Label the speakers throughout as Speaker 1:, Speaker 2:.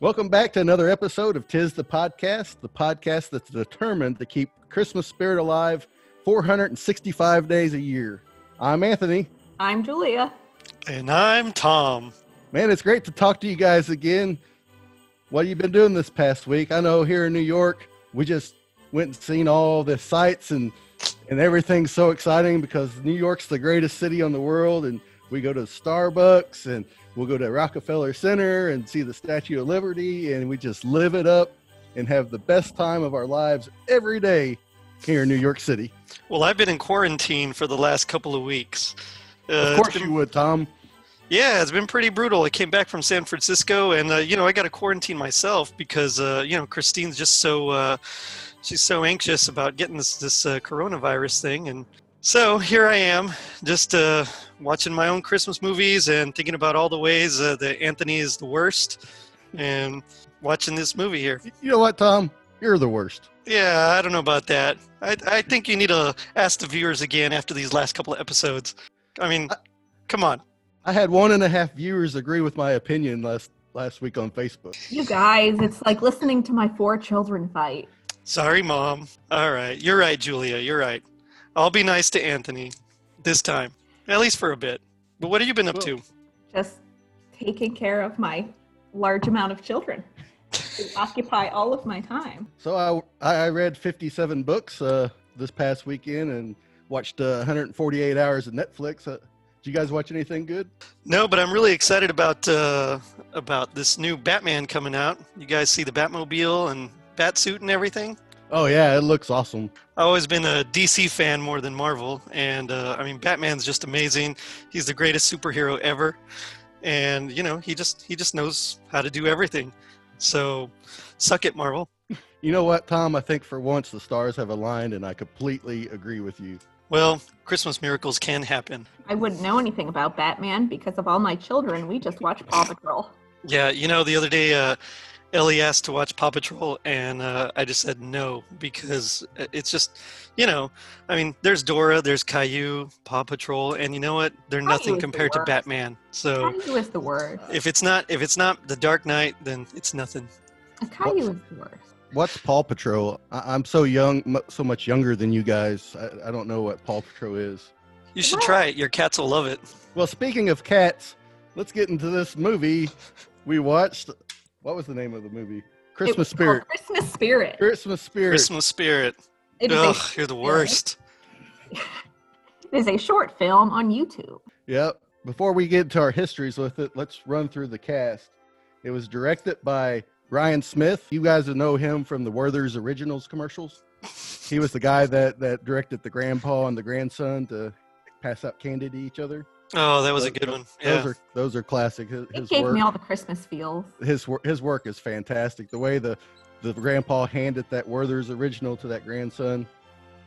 Speaker 1: Welcome back to another episode of Tis the Podcast, the podcast that's determined to keep Christmas spirit alive 465 days a year. I'm Anthony.
Speaker 2: I'm Julia.
Speaker 3: And I'm Tom.
Speaker 1: Man, it's great to talk to you guys again. What have you been doing this past week? I know here in New York, we just went and seen all the sights and and everything's so exciting because New York's the greatest city on the world and we go to Starbucks and we'll go to Rockefeller Center and see the Statue of Liberty and we just live it up and have the best time of our lives every day here in New York City.
Speaker 3: Well, I've been in quarantine for the last couple of weeks. Uh,
Speaker 1: Of
Speaker 3: it's
Speaker 1: course
Speaker 3: been-
Speaker 1: you would, Tom.
Speaker 3: yeah, it's been pretty brutal. I came back from San Francisco, and uh, you know, I got to quarantine myself because uh, you know Christine's just so uh, she's so anxious about getting this this uh, coronavirus thing, and so here I am, just uh, watching my own Christmas movies and thinking about all the ways uh, that Anthony is the worst, and watching this movie here.
Speaker 1: You know what, Tom? You're the worst.
Speaker 3: Yeah, I don't know about that. I, I think you need to ask the viewers again after these last couple of episodes. I mean, come on.
Speaker 1: I had one and a half viewers agree with my opinion last last week on Facebook.
Speaker 2: You guys, it's like listening to my four children fight.
Speaker 3: Sorry, Mom. All right. You're right, Julia. You're right. I'll be nice to Anthony this time, at least for a bit. But what have you been up to?
Speaker 2: Just taking care of my large amount of children who occupy all of my time.
Speaker 1: So I I read 57 books uh, this past weekend and watched uh, 148 hours of Netflix. Uh, did you guys watch anything good?
Speaker 3: No, but I'm really excited about uh, about this new Batman coming out. You guys see the Batmobile and Batsuit and everything?
Speaker 1: Oh yeah, it looks awesome.
Speaker 3: I've always been a DC fan more than Marvel, and uh, I mean Batman's just amazing. He's the greatest superhero ever, and you know he just he just knows how to do everything. So, suck it, Marvel.
Speaker 1: You know what, Tom? I think for once the stars have aligned, and I completely agree with you.
Speaker 3: Well, Christmas miracles can happen.
Speaker 2: I wouldn't know anything about Batman because of all my children. We just watch Paw Patrol.
Speaker 3: Yeah, you know the other day uh, Ellie asked to watch Paw Patrol, and uh, I just said no because uh, it's just you know I mean there's Dora, there's Caillou, Paw Patrol, and you know what? They're
Speaker 2: Caillou
Speaker 3: nothing
Speaker 2: is the
Speaker 3: compared to
Speaker 2: worst.
Speaker 3: Batman.
Speaker 1: Oh.
Speaker 3: So.
Speaker 2: Caillou is the worst.
Speaker 3: If it's not if it's not the Dark Knight, then it's nothing.
Speaker 2: Caillou is the worst.
Speaker 1: What's Paw Patrol? I- I'm so young, mu so much younger than you guys. I-, I don't know what Paw Patrol is.
Speaker 3: You should
Speaker 2: What?
Speaker 3: try it. Your cats will love it.
Speaker 1: Well, speaking of cats, let's get into this movie we watched. What was the name of the movie?
Speaker 2: It
Speaker 1: Christmas
Speaker 2: was called
Speaker 1: Spirit.
Speaker 2: Christmas Spirit.
Speaker 1: Christmas Spirit.
Speaker 3: Christmas spirit.
Speaker 2: It is, a,
Speaker 3: Ugh, you're the worst.
Speaker 2: it is a short film on YouTube.
Speaker 1: Yep. Before we get to our histories with it, let's run through the cast. It was directed by Ryan Smith. You guys would know him from the Werther's Originals commercials. He was the guy that, that directed the grandpa and the grandson to pass out candy to each other.
Speaker 3: Oh, that was a
Speaker 1: Those-
Speaker 3: good one.
Speaker 1: Those
Speaker 3: Yeah.
Speaker 1: are those are classic. His,
Speaker 2: It
Speaker 1: his
Speaker 2: gave
Speaker 1: work,
Speaker 2: me all the Christmas feels.
Speaker 1: his wor- his work is fantastic. The way the the grandpa handed that Werther's original to that grandson,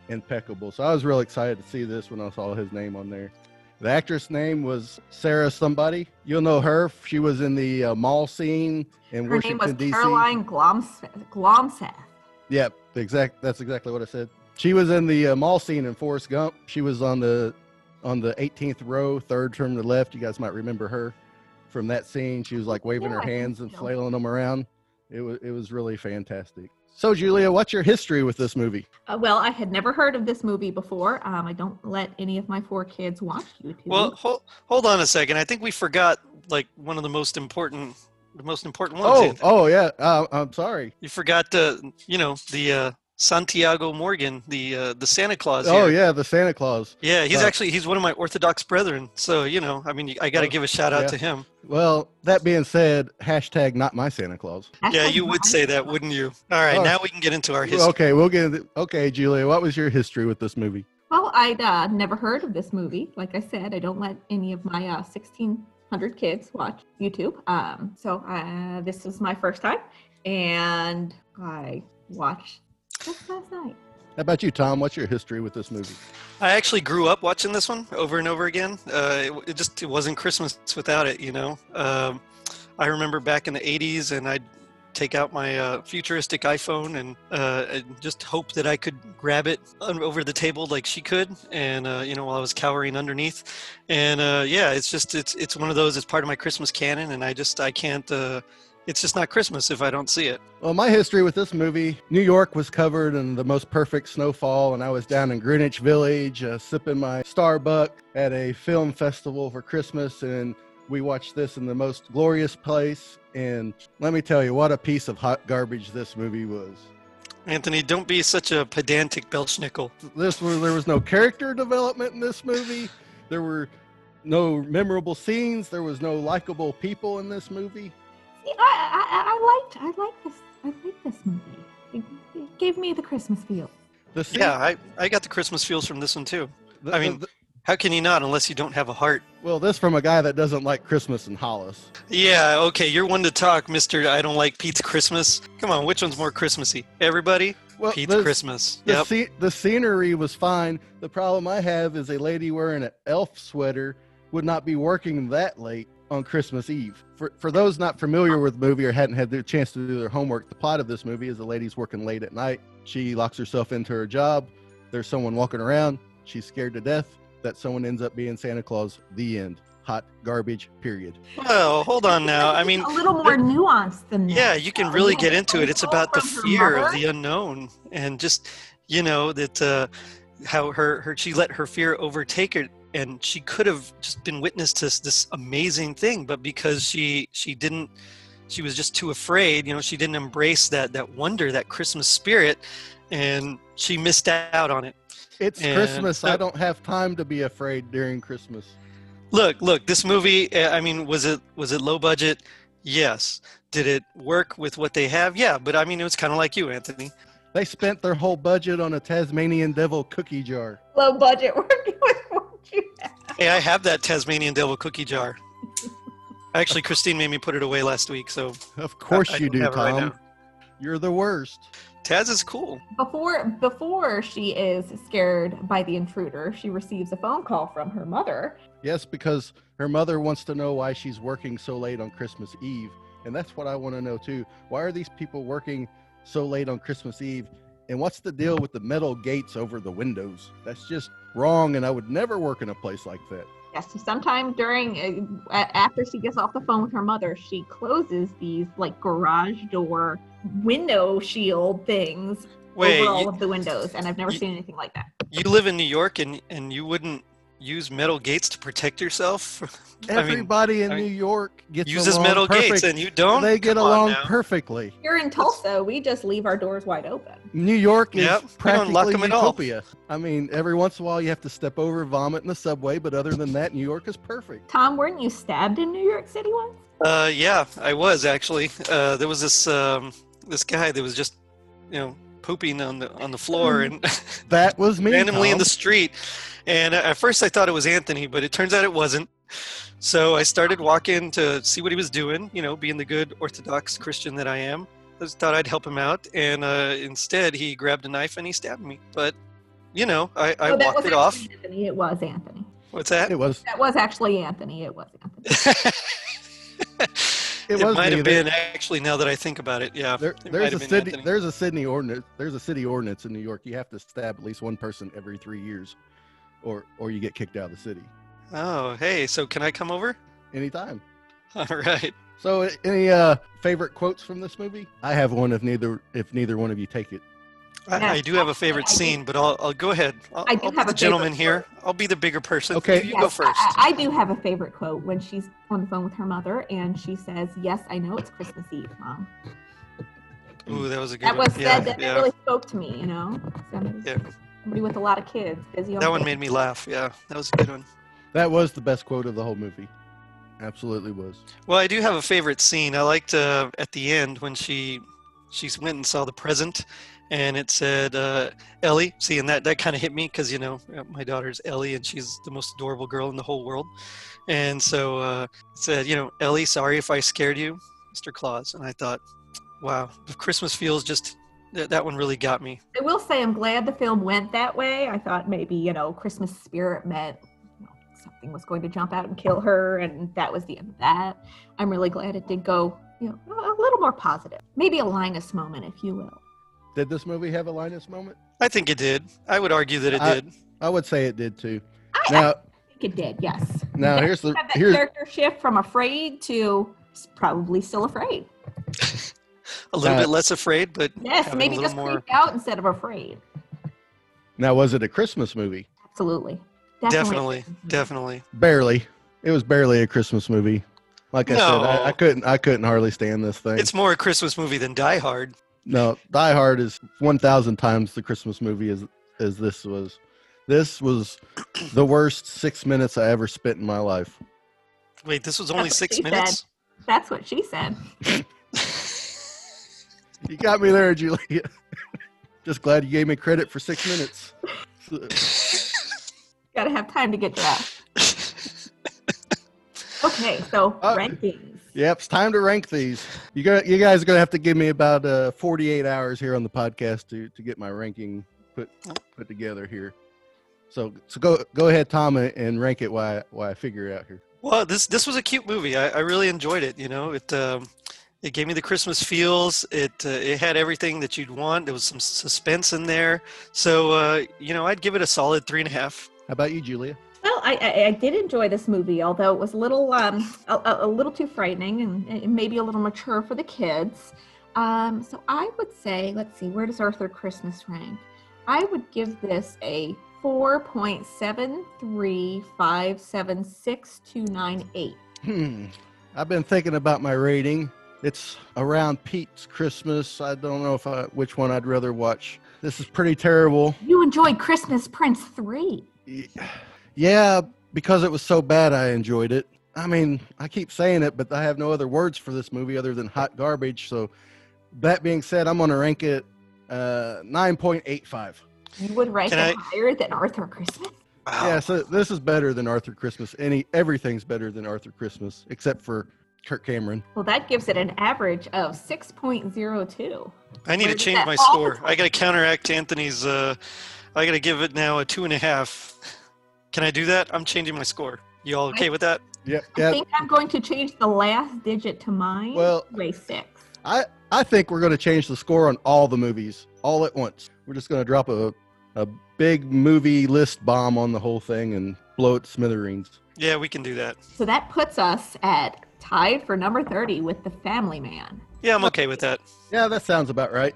Speaker 1: impeccable. So I was real excited to see this when I saw his name on there. The actress name was Sarah somebody. You'll know her. She was in the uh, mall scene in
Speaker 2: Her name was
Speaker 1: Washington D.C.
Speaker 2: Caroline Glomseth. Glomseth.
Speaker 1: Yep, exact. That's exactly what I said. She was in the uh, mall scene in Forrest Gump. She was on the on the 18th row, third from the left. You guys might remember her from that scene. She was like waving
Speaker 2: Yeah,
Speaker 1: her
Speaker 2: I think
Speaker 1: hands and
Speaker 2: so.
Speaker 1: flailing them around. It was it was really fantastic. So Julia, what's your history with this movie?
Speaker 2: Uh, well, I had never heard of this movie before. Um, I don't let any of my four kids watch YouTube.
Speaker 3: Well, hold, hold on a second. I think we forgot like one of the most important, the most important ones.
Speaker 1: Oh,
Speaker 3: Anthony.
Speaker 1: oh yeah. Uh, I'm sorry.
Speaker 3: You forgot the, you know, the uh, Santiago Morgan, the uh, the Santa Claus.
Speaker 1: Oh
Speaker 3: here.
Speaker 1: yeah, the Santa Claus.
Speaker 3: Yeah, he's
Speaker 1: Uh,
Speaker 3: actually he's one of my Orthodox brethren. So you know, I mean, I got to give a shout out
Speaker 1: Oh. yeah.
Speaker 3: to him.
Speaker 1: Well, that being said, hashtag not my Santa Claus.
Speaker 3: Yeah, you would say that, wouldn't you? All right,
Speaker 1: Oh.
Speaker 3: now we can get into our history.
Speaker 1: Okay, we'll get into, okay, Julia. What was your history with this movie?
Speaker 2: Well, I'd uh, never heard of this movie. Like I said, I don't let any of my uh, 1600 kids watch YouTube. Um, so uh, this was my first time, and I watched just last night.
Speaker 1: How about you, Tom? What's your history with this movie?
Speaker 3: I actually grew up watching this one over and over again. Uh, it, it just it wasn't Christmas without it, you know. Um, I remember back in the '80s, and I'd take out my uh, futuristic iPhone and, uh, and just hope that I could grab it un- over the table like she could, and uh, you know, while I was cowering underneath. And uh, yeah, it's just it's it's one of those. It's part of my Christmas canon, and I just I can't. Uh, it's just not Christmas if I don't see it.
Speaker 1: Well, my history with this movie New York was covered in the most perfect snowfall, and I was down in Greenwich Village uh, sipping my Starbuck at a film festival for Christmas, and we watched this in the most glorious place. And let me tell you, what a piece of hot garbage this movie was.
Speaker 3: Anthony, don't be such a pedantic Belschnickel.
Speaker 1: This was, there was no character development in this movie. There were no memorable scenes. There was no likable people in this movie.
Speaker 2: See, I, I, I liked I liked this I liked this movie. It, it gave me the Christmas feel.
Speaker 1: The scene-
Speaker 3: Yeah, I, I got the Christmas feels from this one too.
Speaker 1: the-
Speaker 3: I mean,
Speaker 1: the-
Speaker 3: How can you not unless you don't have a heart?
Speaker 1: well, this from a guy that doesn't like Christmas and Hollis.
Speaker 3: Yeah, okay, you're one to talk, Mr. I don't like Pete's Christmas. Come on, which one's more Christmassy? Everybody?
Speaker 1: Well,
Speaker 3: Pete's
Speaker 1: this-
Speaker 3: Christmas.
Speaker 1: The,
Speaker 3: Yep.
Speaker 1: sce- the scenery was fine. The problem I have is a lady wearing an elf sweater would not be working that late on Christmas Eve. For, for those not familiar with the movie or hadn't had the chance to do their homework, the plot of this movie is the lady's working late at night. She locks herself into her job. There's someone walking around. She's scared to death. That someone ends up being Santa Claus. The end. Hot garbage, period.
Speaker 3: Well, hold on now. I mean,
Speaker 2: a little more nuanced than that.
Speaker 3: yeah, you can really get into it. It's about the fear of the unknown and just, you know, that uh, how her, her she let her fear overtake her and she could have just been witness to this- this amazing thing, but because she she didn't she was just too afraid you know she didn't embrace that that wonder that christmas spirit and she missed out on it
Speaker 1: It's
Speaker 3: And
Speaker 1: Christmas.
Speaker 3: so-
Speaker 1: I don't have time to be afraid during Christmas.
Speaker 3: look look this movie uh, i mean was it was it low budget yes did it work with what they have yeah but i mean it was kind of like you anthony
Speaker 1: They spent their whole budget on a Tasmanian devil cookie jar.
Speaker 2: low budget working with what you have.
Speaker 3: hey i have that tasmanian devil cookie jar actually christine made me put it away last week so
Speaker 1: Of course
Speaker 3: I
Speaker 1: you
Speaker 3: don't
Speaker 1: do,
Speaker 3: have it right
Speaker 1: Tom.
Speaker 3: now.
Speaker 1: You're the worst.
Speaker 3: taz is cool
Speaker 2: Before before she is scared by the intruder, she receives a phone call from her mother.
Speaker 1: Yes, because her mother wants to know why she's working so late on Christmas Eve. And that's what I want to know too. Why are these people working so late on Christmas Eve? And what's the deal with the metal gates over the windows? That's just wrong. And I would never work in a place like that.
Speaker 2: Yes, so sometime during uh, a- after she gets off the phone with her mother, she closes these like garage door window shield things
Speaker 3: wait
Speaker 2: over all
Speaker 3: you,
Speaker 2: of the windows, and I've never
Speaker 3: you-
Speaker 2: seen anything like that.
Speaker 3: you live in new york and and you wouldn't use metal gates to protect yourself i mean
Speaker 1: Everybody in
Speaker 3: I mean,
Speaker 1: New York gets
Speaker 3: uses
Speaker 1: along
Speaker 3: metal gates
Speaker 1: perfect-
Speaker 3: and you don't
Speaker 1: They get
Speaker 3: Come on
Speaker 1: along
Speaker 3: now.
Speaker 1: perfectly.
Speaker 2: Here in Tulsa, we just leave our doors wide open.
Speaker 1: New York is
Speaker 3: Yep, we don't lock
Speaker 1: practically
Speaker 3: 'em at all.
Speaker 1: utopia. I mean, every once in a while you have to step over, vomit in the subway, but other than that, New York is perfect.
Speaker 2: Tom, weren't you stabbed in New York City once?
Speaker 3: Uh, yeah, I was actually. Uh, there was this um, this guy that was just, you know, pooping on the on the floor and
Speaker 1: That was me.
Speaker 3: randomly in
Speaker 1: Tom.
Speaker 3: the street. And at first, I thought it was Anthony, but it turns out it wasn't. So I started walking to see what he was doing. You know, being the good Orthodox Christian that I am, I just thought I'd help him out. And uh, instead, he grabbed a knife and he stabbed me. But you know, I, I
Speaker 2: No, Oh, that
Speaker 3: walked
Speaker 2: was
Speaker 3: it off.
Speaker 2: actually Anthony. It was Anthony.
Speaker 3: What's that?
Speaker 1: It was.
Speaker 2: That was actually Anthony. It was Anthony.
Speaker 1: It
Speaker 3: It,
Speaker 1: was
Speaker 3: might
Speaker 1: me.
Speaker 3: have
Speaker 1: There-
Speaker 3: been actually. Now that I think about it, yeah.
Speaker 1: There,
Speaker 3: It might
Speaker 1: there's
Speaker 3: have
Speaker 1: a
Speaker 3: been
Speaker 1: city.
Speaker 3: Anthony.
Speaker 1: There's a Sydney ordinance. There's a city ordinance in New York. You have to stab at least one person every three years, or or you get kicked out of the city
Speaker 3: Oh, hey, so can I come over?
Speaker 1: anytime.
Speaker 3: All right.
Speaker 1: So, a- any uh, favorite quotes from this movie? I have one. If neither if neither one of you take it,
Speaker 2: Yeah.
Speaker 3: I, I do have a favorite
Speaker 2: I do-
Speaker 3: scene, but I'll, I'll go ahead. I'll,
Speaker 2: I do
Speaker 3: I'll be
Speaker 2: have
Speaker 3: the
Speaker 2: a favorite
Speaker 3: gentleman here. I'll be the bigger person.
Speaker 1: Okay.
Speaker 3: You
Speaker 2: Yes,
Speaker 3: go first.
Speaker 2: I, I I do have a favorite quote when she's on the phone with her mother and she says, Yes, I know it's Christmas Eve, Mom.
Speaker 3: Ooh, that was a good
Speaker 2: Uh, That was
Speaker 3: one. Yeah,
Speaker 2: that, that
Speaker 3: yeah.
Speaker 2: really spoke to me, you know. Somebody,
Speaker 3: Yeah.
Speaker 2: somebody with a lot of kids, busy.
Speaker 3: That one made me laugh. Yeah, that was a good one.
Speaker 1: That was the best quote of the whole movie. Absolutely was.
Speaker 3: Well, I do have a favorite scene. I liked uh, at the end when she she went and saw the present, and it said uh, Ellie. See, and that that kind of hit me because you know uh, my daughter's Ellie, and she's the most adorable girl in the whole world. And so uh, it said, you know, Ellie, sorry if I scared you, Mr. Claus. And I thought, wow, if Christmas feels just that, that one really got me.
Speaker 2: I will say, I'm glad the film went that way. I thought maybe you know Christmas spirit meant you know, something was going to jump out and kill her, and that was the end of that. I'm really glad it did go you know a- a little more positive, maybe a Linus moment, if you will.
Speaker 1: Did this movie have a Linus moment?
Speaker 3: I think it did. I would argue that it
Speaker 1: I-
Speaker 3: did.
Speaker 1: I would say it did too.
Speaker 2: I, I
Speaker 1: Now,
Speaker 2: think it did. Yes.
Speaker 1: now
Speaker 2: Yeah,
Speaker 1: here's the
Speaker 2: Have that
Speaker 1: here's
Speaker 2: character shift from afraid to s- probably still afraid.
Speaker 3: A little
Speaker 1: Uh,
Speaker 3: bit less afraid, but
Speaker 2: Yes,
Speaker 3: having a
Speaker 2: maybe
Speaker 3: little
Speaker 2: just
Speaker 3: more.
Speaker 2: creeped out instead of afraid.
Speaker 1: now was it a Christmas movie?
Speaker 2: Absolutely.
Speaker 3: Definitely, definitely.
Speaker 1: Barely. It was barely a Christmas movie. Like I said,
Speaker 3: No.
Speaker 1: I, I couldn't I couldn't hardly stand this thing.
Speaker 3: It's more a Christmas movie than Die Hard.
Speaker 1: No, Die Hard is one thousand times the Christmas movie as as this was. This was the worst six minutes I ever spent in my life.
Speaker 3: Wait, this was only
Speaker 2: what
Speaker 3: six
Speaker 2: she said.
Speaker 3: minutes?
Speaker 2: That's what she said.
Speaker 1: You got me there, Julia. Just glad you gave me credit for six minutes.
Speaker 2: Gotta have time to get dressed. okay, so
Speaker 1: Uh,
Speaker 2: rankings.
Speaker 1: Yep, it's time to rank these. You got you guys are gonna have to give me about uh, forty eight hours here on the podcast to to get my ranking put put together here. So so go go ahead, Tom, and- and rank it while I- while I figure it out here.
Speaker 3: Well, this this was a cute movie. I, I really enjoyed it. You know, it um, it gave me the Christmas feels. It uh, it had everything that you'd want. There was some suspense in there. So uh, you know, I'd give it a solid three and a half.
Speaker 1: How about you, Julia?
Speaker 2: Well, I, I, I did enjoy this movie, although it was a little um, a, a- a little too frightening and, and maybe a little mature for the kids. Um, so I would say, let's see, where does Arthur Christmas rank? I would give this a four point seven three five seven six two nine eight.
Speaker 1: Hmm. I've been thinking about my rating. It's around Pete's Christmas. I don't know if I, which one I'd rather watch. This is pretty terrible.
Speaker 2: You enjoyed Christmas Prince three.
Speaker 1: Y- Yeah, because it was so bad, I enjoyed it. I mean, I keep saying it, but I have no other words for this movie other than hot garbage. So, that being said, I'm going to rank it uh, 9.85.
Speaker 2: You would rank
Speaker 3: Can
Speaker 2: it
Speaker 3: I-
Speaker 2: higher than Arthur Christmas.
Speaker 3: Wow.
Speaker 1: Yeah, so this is better than Arthur Christmas. Any everything's better than Arthur Christmas except for Kirk Cameron.
Speaker 2: Well, that gives it an average of six point zero two.
Speaker 3: I need
Speaker 2: Where
Speaker 3: to
Speaker 2: did
Speaker 3: change
Speaker 2: that
Speaker 3: my
Speaker 2: fall?
Speaker 3: score. I got to counteract Anthony's. Uh, I got to give it now a two and a half. Can I do that? I'm changing my score. You all okay with that?
Speaker 1: Yep.
Speaker 2: I think I'm going to change the last digit to mine.
Speaker 1: Well-
Speaker 2: way six.
Speaker 1: I I think we're going to change the score on all the movies all at once. We're just going to drop a a big movie list bomb on the whole thing and blow it to smithereens.
Speaker 3: Yeah, we can do that.
Speaker 2: So that puts us at tied for number thirty with the Family Man.
Speaker 3: Yeah, I'm okay with that.
Speaker 1: Yeah, that sounds about right.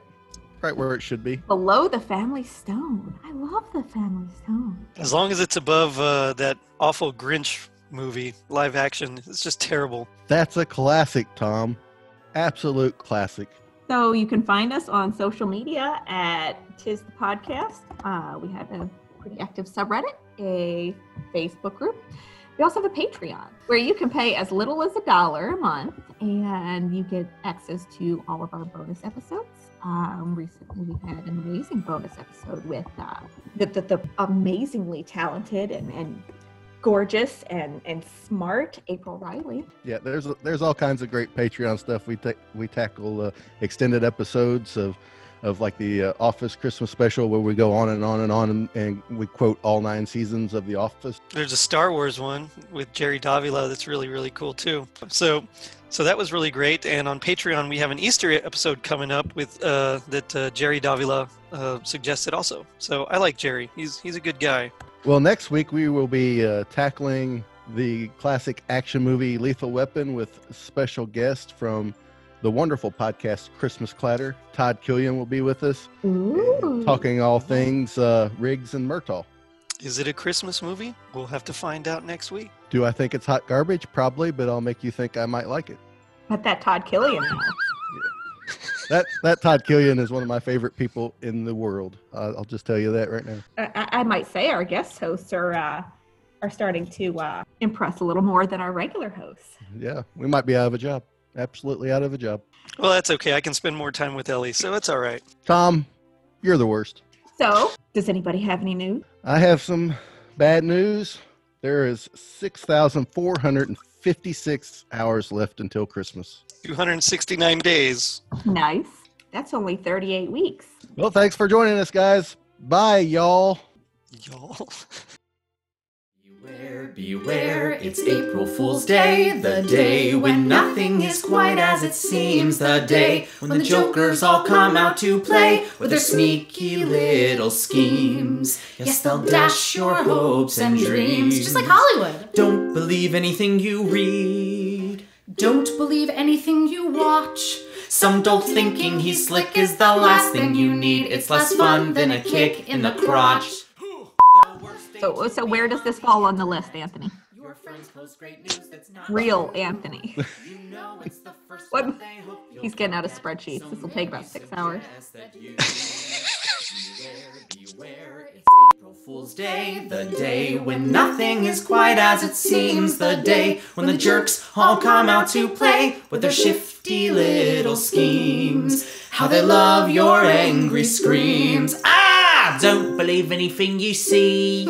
Speaker 1: Right where it should be.
Speaker 2: Below the Family Stone. I love the Family Stone.
Speaker 3: As long as it's above uh, that awful Grinch movie, live action, it's just terrible.
Speaker 1: That's a classic, Tom. Absolute classic.
Speaker 2: So you can find us on social media at Tis the Podcast. Uh, we have a pretty active subreddit, a Facebook group. We also have a Patreon where you can pay as little as a dollar a month and you get access to all of our bonus episodes. Um, recently, we had an amazing bonus episode with uh, the, the, the amazingly talented and, and gorgeous and, and smart April Riley.
Speaker 1: Yeah, there's there's all kinds of great Patreon stuff. We ta- we tackle uh, extended episodes of of like the uh, Office Christmas special where we go on and on and on and, and we quote all nine seasons of The Office.
Speaker 3: There's a Star Wars one with Jerry Davila that's really really cool too. So, so that was really great. And on Patreon, we have an Easter episode coming up with uh, that uh, Jerry Davila uh, suggested also. So I like Jerry. He's he's a good guy.
Speaker 1: Well, next week we will be uh, tackling the classic action movie Lethal Weapon with special guest from the wonderful podcast Christmas Clatter. Todd Killian will be with us,
Speaker 2: Ooh.
Speaker 1: talking all things uh, Riggs and Murtaugh.
Speaker 3: Is it a Christmas movie? We'll have to find out next week.
Speaker 1: Do I think it's hot garbage? Probably, but I'll make you think I might like it.
Speaker 2: But that Todd Killian. though.
Speaker 1: that that Todd Killian is one of my favorite people in the world. Uh, I'll just tell you that right now.
Speaker 2: I, I- I might say our guest hosts are uh, are starting to uh, impress a little more than our regular hosts.
Speaker 1: Yeah, we might be out of a job. Absolutely out of a job.
Speaker 3: Well, that's okay. I can spend more time with Ellie, so it's all right.
Speaker 1: Tom, you're the worst.
Speaker 2: So, does anybody have any news?
Speaker 1: I have some bad news. There is 6,456 hours left until Christmas.
Speaker 3: 269 days.
Speaker 2: Nice. That's only 38 weeks.
Speaker 1: Well, thanks for joining us, guys. Bye, y'all.
Speaker 3: Y'all.
Speaker 4: Beware, beware, it's April Fool's Day, the day when nothing is quite as it seems, the day when the jokers all come out to play with their sneaky little schemes. Yes, they'll dash your hopes and dreams.
Speaker 5: Just like Hollywood.
Speaker 4: Don't believe anything you read.
Speaker 5: Don't believe anything you watch.
Speaker 4: Some dolt thinking he's slick is the last thing you need. It's less fun than a kick in the crotch.
Speaker 2: So, so where does this fall on the list, Anthony?
Speaker 4: Your friends post great news that's not
Speaker 2: Real Anthony.
Speaker 4: You know it's the first
Speaker 2: What?
Speaker 4: one they hope you'll
Speaker 2: He's getting out of
Speaker 4: forget.
Speaker 2: spreadsheets.
Speaker 4: So
Speaker 2: This'll take about
Speaker 4: many
Speaker 2: six hours.
Speaker 4: suggest that you beware, beware, it's April Fool's Day, the day when nothing is quite as it seems, the day when the jerks all come out to play with their shifty little schemes. How they love your angry screams. Ah! Don't believe anything you see.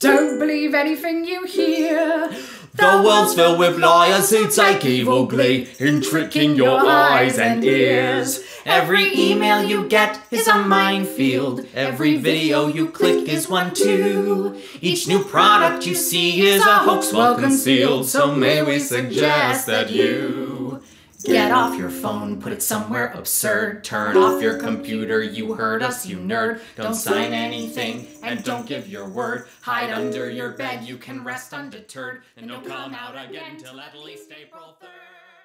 Speaker 5: Don't believe anything you hear.
Speaker 4: The world's filled with liars who take evil glee in tricking your eyes and ears. Every email you get is a minefield. Every video you click is one too. Each new product you see is a hoax well concealed. So may we suggest that you get off your phone, put it somewhere absurd. Turn off your computer. You heard us, you nerd. Don't sign anything and don't give your word. Hide under your bed. You can rest undeterred and don't come out again till at least April 3rd.